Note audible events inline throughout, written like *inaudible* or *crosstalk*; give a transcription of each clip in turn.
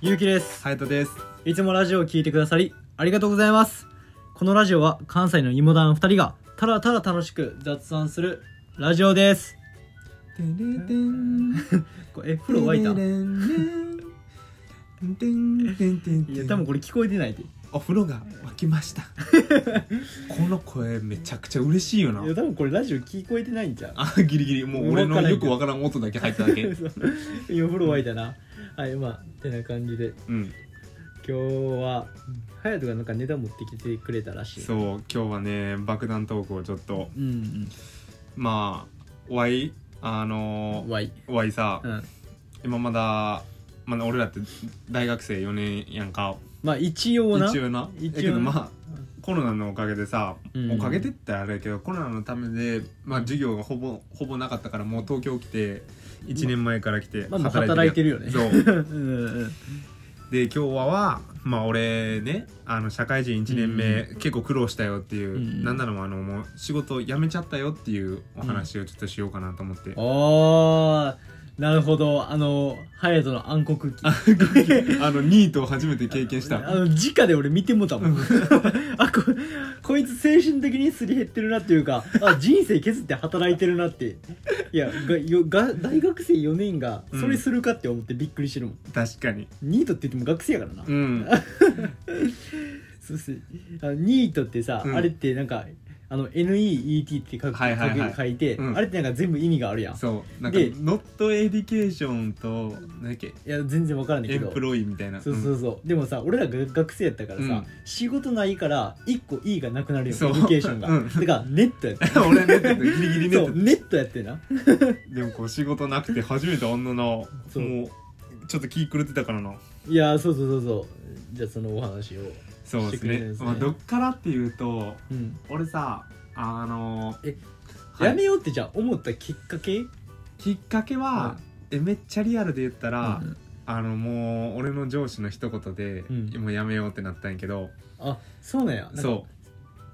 ゆうきですハヤトです。いつもラジオを聞いてくださりありがとうございますこのラジオは関西の芋団2人がただただ楽しく雑談するラジオですてれてん。これえ風呂沸いたてれれんてんてんてんてんいや多分これ聞こえてないでいお風呂が沸きま *laughs* した。この声めちゃくちゃ嬉しいよな。や多分これラジオ聞こえてないんじゃんあ、ギリギリ、もう俺のよくわからん音だけ入っただけ。 *laughs* うそう今風呂沸いたなはいまあてな感じでん。今日は隼人がなんかネタ持ってきてくれたらしいそう、今日はね、爆弾投稿ちょっと、うんまあ、ワイ、あうんのー、わいワイさ、うん今まだ、まだ俺らって大学生4年やんか。まあ一応な一応な。一応なやけどまあ、コロナのおかげでさ、うんおかげでってあれやけどコロナのためで、まあ、授業がほぼほぼなかったからもう東京来て1年前から来てまあもう働いてるよねそううんうんで今日は、まあ、俺ねあの社会人1年目、結構苦労したよっていう、うんなんならもうあのもう仕事辞めちゃったよっていうお話をちょっとしようかなと思って、おーなるほどあのハヤトの暗黒期あのニートを初めて経験しあたの直で俺見てもたもん *laughs* あここいつ精神的にすり減ってるなっていうかあ人生削って働いてるなっていやがよが大学生4年がそれするかって思ってびっくりしてるもん、確かにニートって言っても学生やからな、うんそうっすあのニートってさ、うんあれってなんかあの NEET って書く、はいはいはい書け書いて、うんあれってなんか全部意味があるやんいそうなんかでノットエディケーションと何だっけや全然わからんねんエけンどプロイみたいなそうそうそう、でもさ俺らが学生やったからさ、うん仕事ないから1個 E がなくなるよエデそうュケーションが、うんだからネットやってうん *laughs* 俺寝ててギリギリ寝てそてうネットやってなでもこう仕事なくて初めてあんななもそううちょっと気狂ってたからないやーそうそうそうそうじゃあそのお話をそうですしてくれねるんですねまあ、どっからっていうとうん俺さあのえはいやめようってじゃあ思ったきっかけ、きっかけは、えめっちゃリアルで言ったら、うんあのもう俺の上司の一言で、うんもうやめようってなったんやけどあそうなんやなんかそ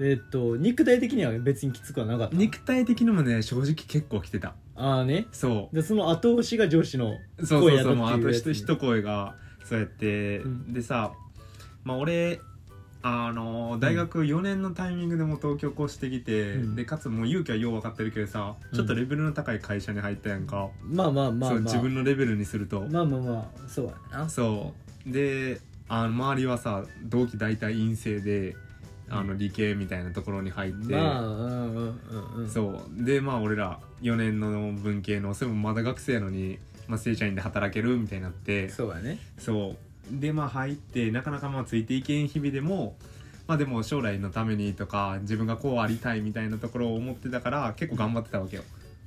えーっと肉体的には別にきつくはなかっうた肉体的にもね正直結構来てたああねそでその後押しが上司のうそうそう声やそろうもうあっていとうやつ一一声がそうやって、うんでさまあ俺あの大学4年のタイミングでもう東京越してきて、うんでかつもう勇気はよう分かってるけどさ、ちょっとレベルの高い会社に入ったやんか、まあまあまあそうま自あ分のレベルにすると、まあまあまあそうやなそうであの周りはさ同期大体陰性であの理系みたいなところに入って、まあうんうんうんうんそうでまあ俺ら4年の文系のそれもまだ学生やのに、まあ、正社員で働けるみたいになってそうやねそうでまあ入ってなかなかまあついていけん日々でもまあでも将来のためにとか自分がこうありたいみたいなところを思ってたから結構頑張ってたわけよ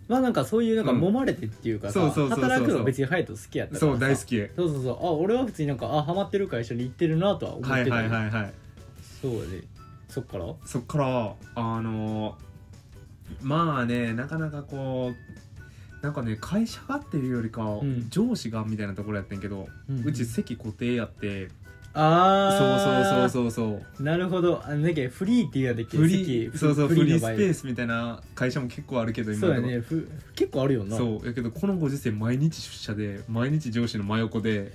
まあなんかそういうなんかうん揉まれてっていうかさ、そうそうそうそうそう働くのは別にハヤト好きやったからさそう大好きそうそうそうあ俺は普通になんかあハマってる会社に行ってるなとは思ってたはいよ、はいはいはいそうやねそっからうそっからあのまあねなかなかこうなんかね会社がっていうよりか、ん上司がみたいなところやってんけど、んうち席固定やってあそうあうそうそうそうそうなるほどあのなんだっけフリーって言うんだっけフリー席そうそうフのリース場合ペースみたいな会社も結構あるけど今そうのやとこねふ結構あるよなそうやけどこのご時世毎日出社で毎日上司の真横で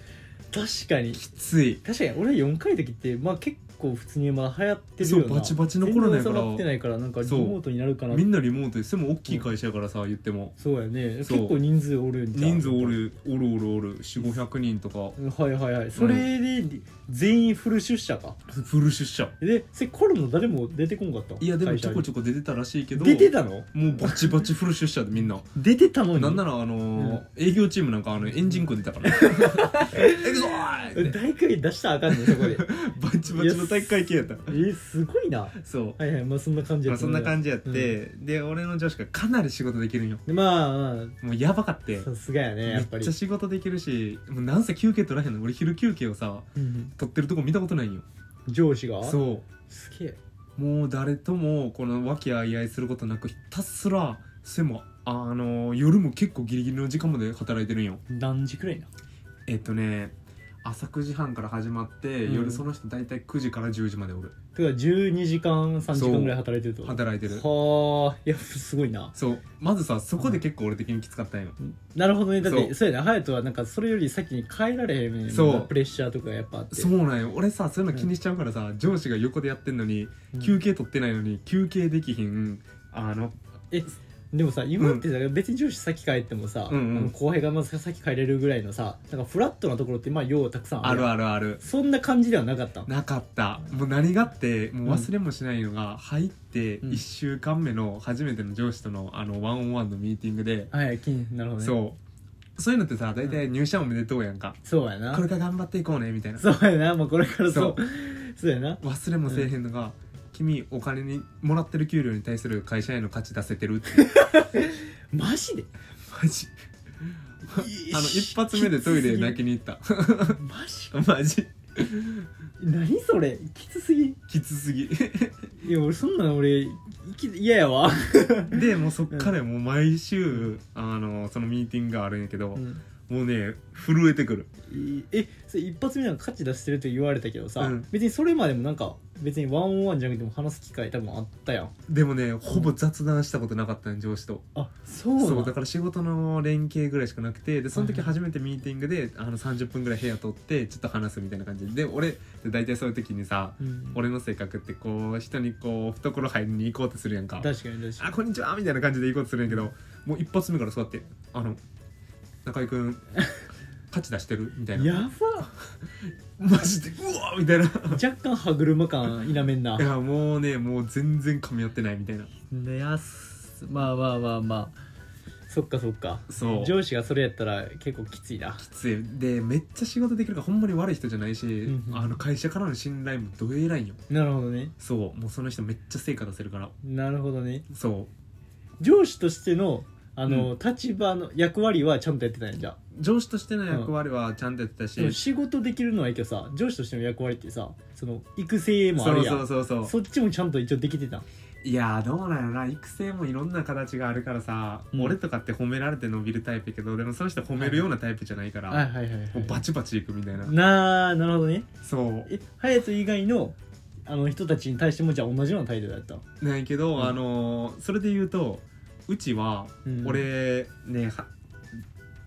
確かにきつい確かに俺4回の時ってまあ結構普通にまあ流行ってるよなそうバチバチの頃なんやか全然ら収まってないからなんかリモートになるかなみんなリモートでそれも大きい会社やからさ、言ってもそうやね結そう構人数おるんじゃん人数おるおるおるおる4500人とかうんはいはいはいそれで全員フル出社かフル出社でそれコロナ誰も出てこんかったいやでもちょこちょょこ出てたらしいけど出てたのもうバチバチフル出社でみん *laughs* な出てたのになんなららあのー営業チームなんかあのエンジン庫出たから *laughs* 行くぞーいっ *laughs* て大会出したらあかんねんそこ *laughs* でバチバチの大会系やったえすごいなそうはいはいまあそんな感じまやあそんな感じやって、うで俺の上司がかなり仕事できるんよじまあまもうやばかってあさすがやねめやっぱっりちゃ仕事できるしもうなんせ休憩取らへんの俺昼休憩をさうん取ってるとこ見たことないんよ上司がうそすげえうもう誰ともこの和気あいあいすることなくひたすらそれもあのー夜も結構ギリギリの時間まで働いてるんよ何時くらいなえっとね朝9時半から始まって、うん夜その人大体9時から10時までおるてか12時間3時間ぐらい働いてると働いてるはあいやすごいなそうまずさそこで結構俺的にきつかったんよ、なるほどねだってそそうやな隼人はなんかそれより先に帰られへんねんなそうプレッシャーとかやっぱあってそうなんよ俺さそういうの気にしちゃうからさ、上司が横でやってんのにうん休憩取ってないのに休憩できひんあのでもさ今ってさ、別に上司先帰ってもさ、うんうんあの後輩がまず先帰れるぐらいのさなんかフラットなところってまあようたくさんああるやるんあるあるそんな感じではなかったなかったもう何があってもう忘れもしないのが、入ってうん1週間目の初めての上司とのあのワンオンワンのミーティングで、はい金なるほどねそうそうそういうのってさ大体入社おめでとうやんか、やなこれから頑張っていこうねみたいなそうやなもうこれからそそううそうやな忘れもせえへんのが、君お金にもらってる給料に対する会社への価値出せてるってマジで *laughs* マジ *laughs* あの一発目でトイレ泣きに行ったマジか *laughs* マジ何それきつすぎきつすぎいや俺そんなん俺いき嫌やわ、でもうそっからもう毎週あのそのミーティングがあるんやけど、もうね震えてくるいえそれ一発目なんか価値出してると言われたけどさ、うん別にそれまでもなんか別にワンオンワンじゃなくても話す機会多分あったやんでもねほぼ雑談したことなかったん上司と、あそうなんそうだから仕事の連携ぐらいしかなくてでその時初めてミーティングであの30分ぐらい部屋取ってちょっと話すみたいな感じでで俺って大体そういう時にさうん俺の性格ってこう人にこう懐入りに行こうとするやんか確かに確かあこんにちはみたいな感じで行こうとするんやけどもう一発目からそうやってあの中 *laughs* 居君価値出してるみたいになやマジでうわーみたいなば若干歯車感否めんないやもうねもう全然噛み合ってないみたいなねやすまあまあまあまあそっかそっかそう上司がそれやったら結構きついなきついでめっちゃ仕事できるからほんまに悪い人じゃないし、んうんあの会社からの信頼もどえらいんよなるほどねそうもうその人めっちゃ成果出せるからなるほどねそう上司としてのあの、立場の役割はちゃんとやってたんやじゃあ上司としての役割はちゃんとやってたし、でも仕事できるのはいいけどさ上司としての役割ってさその育成もあそるうやんそうそうそうそっちもちゃんと一応できてたいやーどうなんやろな育成もいろんな形があるからさ、うん俺とかって褒められて伸びるタイプやけどでもその人褒めるようなタイプじゃないから、はいはいはい、もうバチバチいくみたいな、なあなるほどねそうえ隼人以外のあの人たちに対してもじゃあ同じような態度だったないけど、うんあのーそれで言うとうちは、うん俺ねは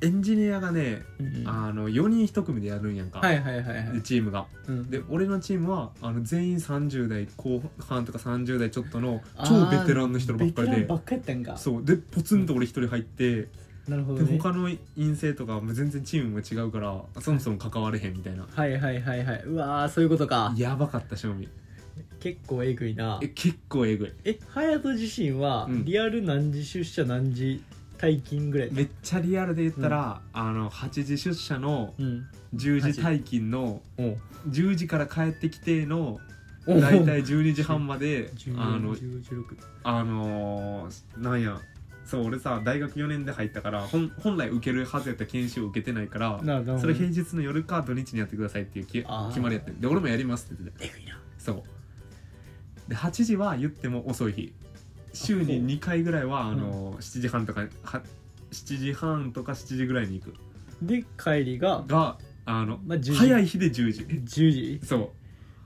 エンジニアがねうんうんあの4人1組でやるんやんか、はいはいはいはいでチームがうんで俺のチームはあの全員30代後半とか30代ちょっとのあ超ーベテランの人ばっベテかりランでばっかりやったんかそうでポツンと俺一人入って、なるほどでね他の陰性とかも全然チームも違うからそもそも関われへんみたいなはいはいはいはいうわーそういうことかやばかった正味結構えぐいなえ結構えぐいえ隼人自身はうんリアル何時出社何時退勤ぐらいめっちゃリアルで言ったら、あの8時出社のうん10時退勤のうん10時から帰ってきてのおう大体12時半まであの16あのー、なんやそう俺さ大学4年で入ったから本本来受けるはずやった研修を受けてないからなるほどそれ平日の夜か土日にやってくださいっていうき決あーまりやってんで俺もやりますって言っててえぐいなそうで8時は言っても遅い日週に2回ぐらいはあのー、7時半とかは7時半とか7時ぐらいに行くで帰りががあの、まあ10時早い日で10 *laughs* 時10時そ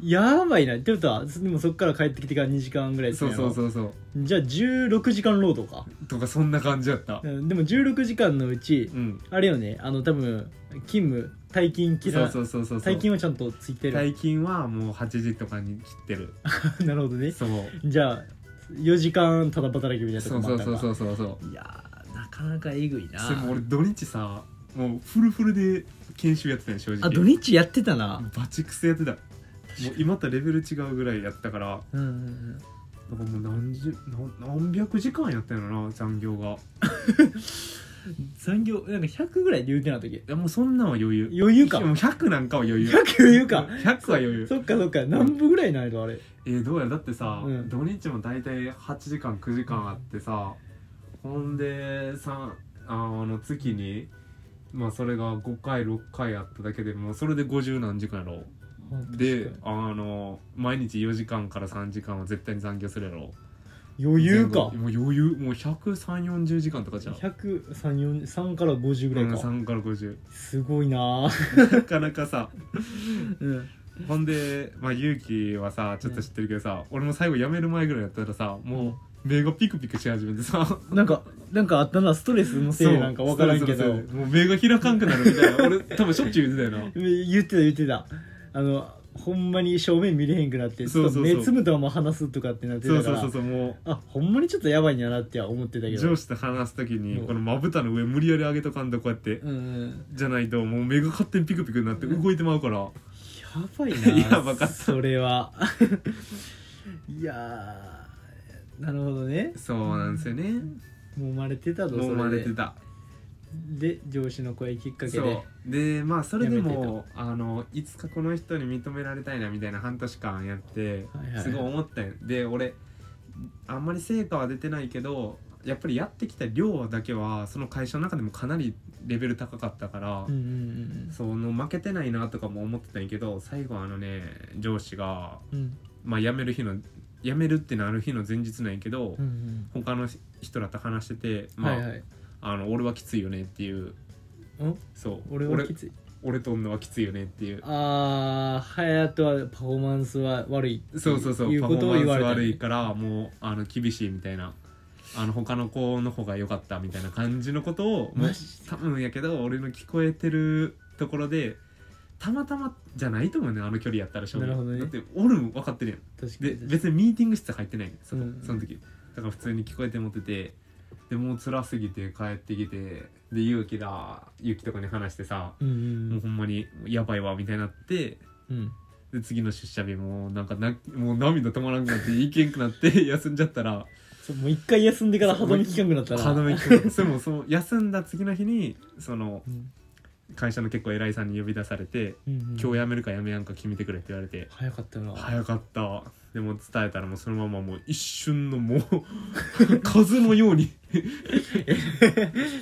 やばいなってことはでもそっから帰ってきてから2時間ぐらいうそうそうそうそううじゃあ16時間労働かとかそんな感じやったうんでも16時間のうちうんあれよねあの多分勤務退勤切そらうそうそうそうそう退勤はちゃんとついてる最近はもう8時とかに切ってる *laughs* なるほどねそうじゃあ4時間ただ働きみたいなとそこもうそあっうたそうそううそうそういやーなかなかえぐいなそれも俺土日さもうフルフルで研修やってたよ正直あ土日やってたなバチクセやってたもう今とレベル違うぐらいやったからうんうんなんかもう何十何何百時間やったよな残業がういん残業なんか100ぐらいで言うてなかったっけやもうそんなんは余裕余裕かいやもう100なんかは余裕100余裕か100は余裕そっかそっか何分ぐらいなんやろあれえーどうやらだってさ、うん土日も大体8時間9時間あってさ、ほんでさあの月にまあそれが5回6回あっただけでもうそれで50何時間やろであの毎日4時間から3時間は絶対に残業するやろ余裕かもう余裕もう13040時間とかじゃん1003から50ぐらいか、 3から50すごいなぁ、なかなかさうん、ほんでまあ勇気はさちょっと知ってるけどさ、俺も最後辞める前ぐらいだったらさもう目がピクピクし始めてさなんかなんかあったなストレスのせいなんか分からんけそうどそうそうもう目が開かんくなるみたいな俺多分しょっちゅう言ってたよな言ってた言ってたあのほんまに正面見れへんくなってちょそうっとそうそう目つむとはもう話すとかってなってそうたかそうらそうそうもあほんまにちょっとやばいんやなっては思ってたうけど上司と話す時うにんこのまぶたの上無理やり上げとかんとこうやって、うんうんじゃないともう目が勝手にピクピクになってうん動いてまうから、やばいな *laughs* やばかったそれは *laughs* いやーなるほどねそうなんですよね揉まれてたぞもう生そまれれてでたで上司の声きっかけでそうでまあそれでやもあのいつかこの人に認められたいなみたいな半年間やって、はいはいすごい思ったんよで俺あんまり成果は出てないけどやっぱりやってきた量だけはその会社の中でもかなりレベル高かったから、うんうんその負けてないなとかも思ってたんやけど最後あのね上司が、うんうんまあ、辞める日の辞めるってなる日の前日なんやけど、うんうん他の人らと話してて、うんまあはいはいあの俺はきついよねっていうんそう俺はきつい俺と女はきついよねっていうああ隼人はパフォーマンスは悪いってそうそうそういうパこフォとをー言マわンれスた悪いからもうあの厳しいみたいなあの他の子の方が良かったみたいな感じのことをもうマジで多分やけど俺の聞こえてるところでたまたまじゃないと思うねあの距離やったら正味なるほどねだって俺も分かってるやん確かでに別にミーティング室入ってないそ,、うんうんその時だから普通に聞こえて持っててでもう辛すぎて帰ってきてで勇気だ勇気とかに話してさ、うんうもうんほんまにやばいわみたいになってうんで次の出社日もなんかなもう涙止まらんくなって行けんくなって休んじゃったらそうもう一回休んでから歯止め効かなくなったら歯止め効くそれもその休んだ次の日にそのうん会社の結構偉いさんに呼び出されてうんうん「今日辞めるか辞めやんか決めてくれ」って言われて早かったな早かったでも伝えたらもうそのままもう一瞬のもう *laughs* 風のように *laughs*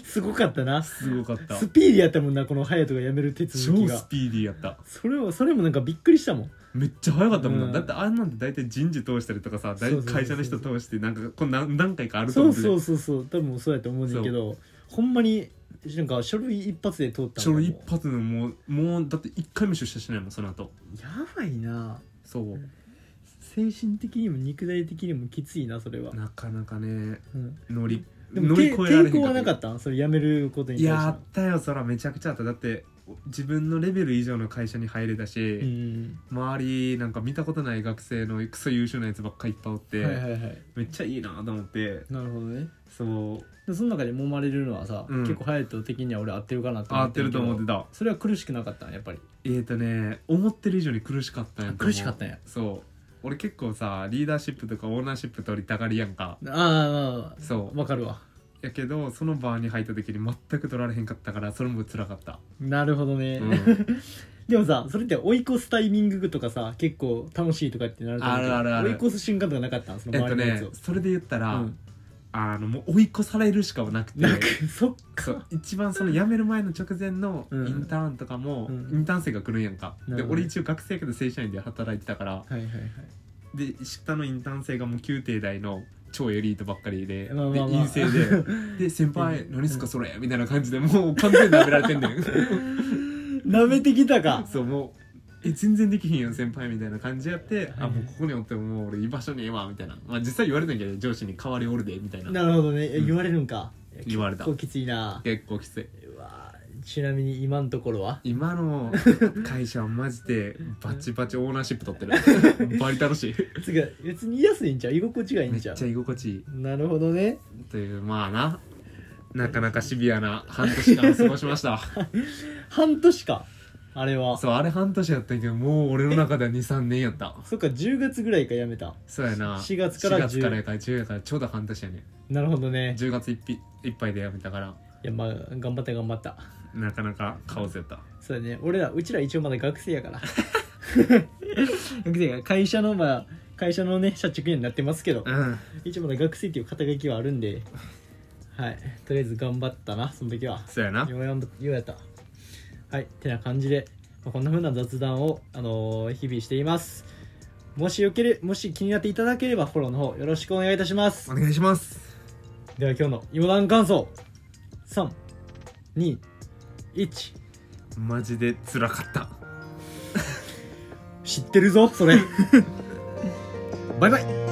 すごかったなスすごかったピーディーやったもんなこの隼人が辞める手続き超がスピーディーやったそれをそれもなんかびっくりしたもんめっちゃ早かったもんな、うんだってあんなんて大体人事通したりとかさ大そうそうそうそう会社の人通してなんかこう何何回かあるとそ思ううけそどうそうそう多分そうやと思うねんだけどほんまになんか書類一発で通ったんだそもんれ一発のもうもうだって一回も出社しないもんその後やばいなそう精神的にも肉体的にもきついなそれは、なかなかねうん、乗りでも乗りて越えられへ抵抗んかはったなかったんそれ辞めることに対いしてやあったよそらめちゃくちゃあっただって自分のレベル以上の会社に入れたうんうし、ん周りなんか見たことない学生のクソ優秀なやつばっかいっぱいおって、うんはいはいはいめっちゃいいなと思ってなるほどねそうでその中で揉まれるのはさ、うん結構隼人的には俺合ってるかなと合思ってると思ってたそれは苦しくなかったんやっぱりえー、とね思ってる以上に苦しかったんやと思う苦しかったんやそう俺結構さリーダーシップとかオーナーシップ取りたがりやんかあああそうあわかるわやけどそのバーに入った時に全く取られへんかったからそれも辛かった、なるほどね、うん、 *laughs* でもさそれって追い越すタイミングとかさ結構楽しいとかってなると思うけどあるあるある追い越す瞬間とかなかったんそのえっ周とりのやつねを、それで言ったら、うんあのもう追い越されるしかなくてなんかそっそかう一番その辞める前の直前のイうんンターンとかも、うんインターン生が来るんやんか、なでるほど俺一応学生やけど正社員で働いてたからはいはいはいで下のインターン生がもう宮廷大の超エリートばっかりで、まあまあまあで陰 *laughs* 性でで先輩何すかそれみたいな感じでもう完全に舐められてんね *laughs* ん舐めてきたかそうもうえ全然できひんやん先輩みたいな感じやって、はあいもうここにおってももう俺居場所にええわみたいな、まあ、実際言われたんやけど上司に代わりおるでみたいななるほどねえうん言われるんかいや言われた結構きついな結構きついうわちなみに今のところは今の会社はマジでバチバチオーナーシップ取って *laughs* るバリ楽しいつうか別に安いんちゃう居心地がいいめんっちちゃゃう居心地いいなるほどねというまあななかなかシビアな半年間を過ごしま *laughs* した半年かあれはそうあれ半年やったんやけどもう俺の中では23年やったそっか10月ぐらいかやめたそうやな4月から4月からやから10やからちょうど半年やねなるほどね10月いっぴいっぱいでやめたからいやまあ頑張った頑張ったなかなかカオスやったそうだね俺らうちら一応まだ学生やから *laughs* 学生やから会社のまあ会社のね社畜にはなってますけどうん一応まだ学生っていう肩書きはあるんではいとりあえず頑張ったなその時はそうやなようやんようやったはいてな感じで、まあこんな風な雑談を、あのー日々していますもしよけれもし気になっていただければフォローの方よろしくお願いいたしますお願いしますでは今日の余談感想321マジで辛かった知ってるぞそれバイバイ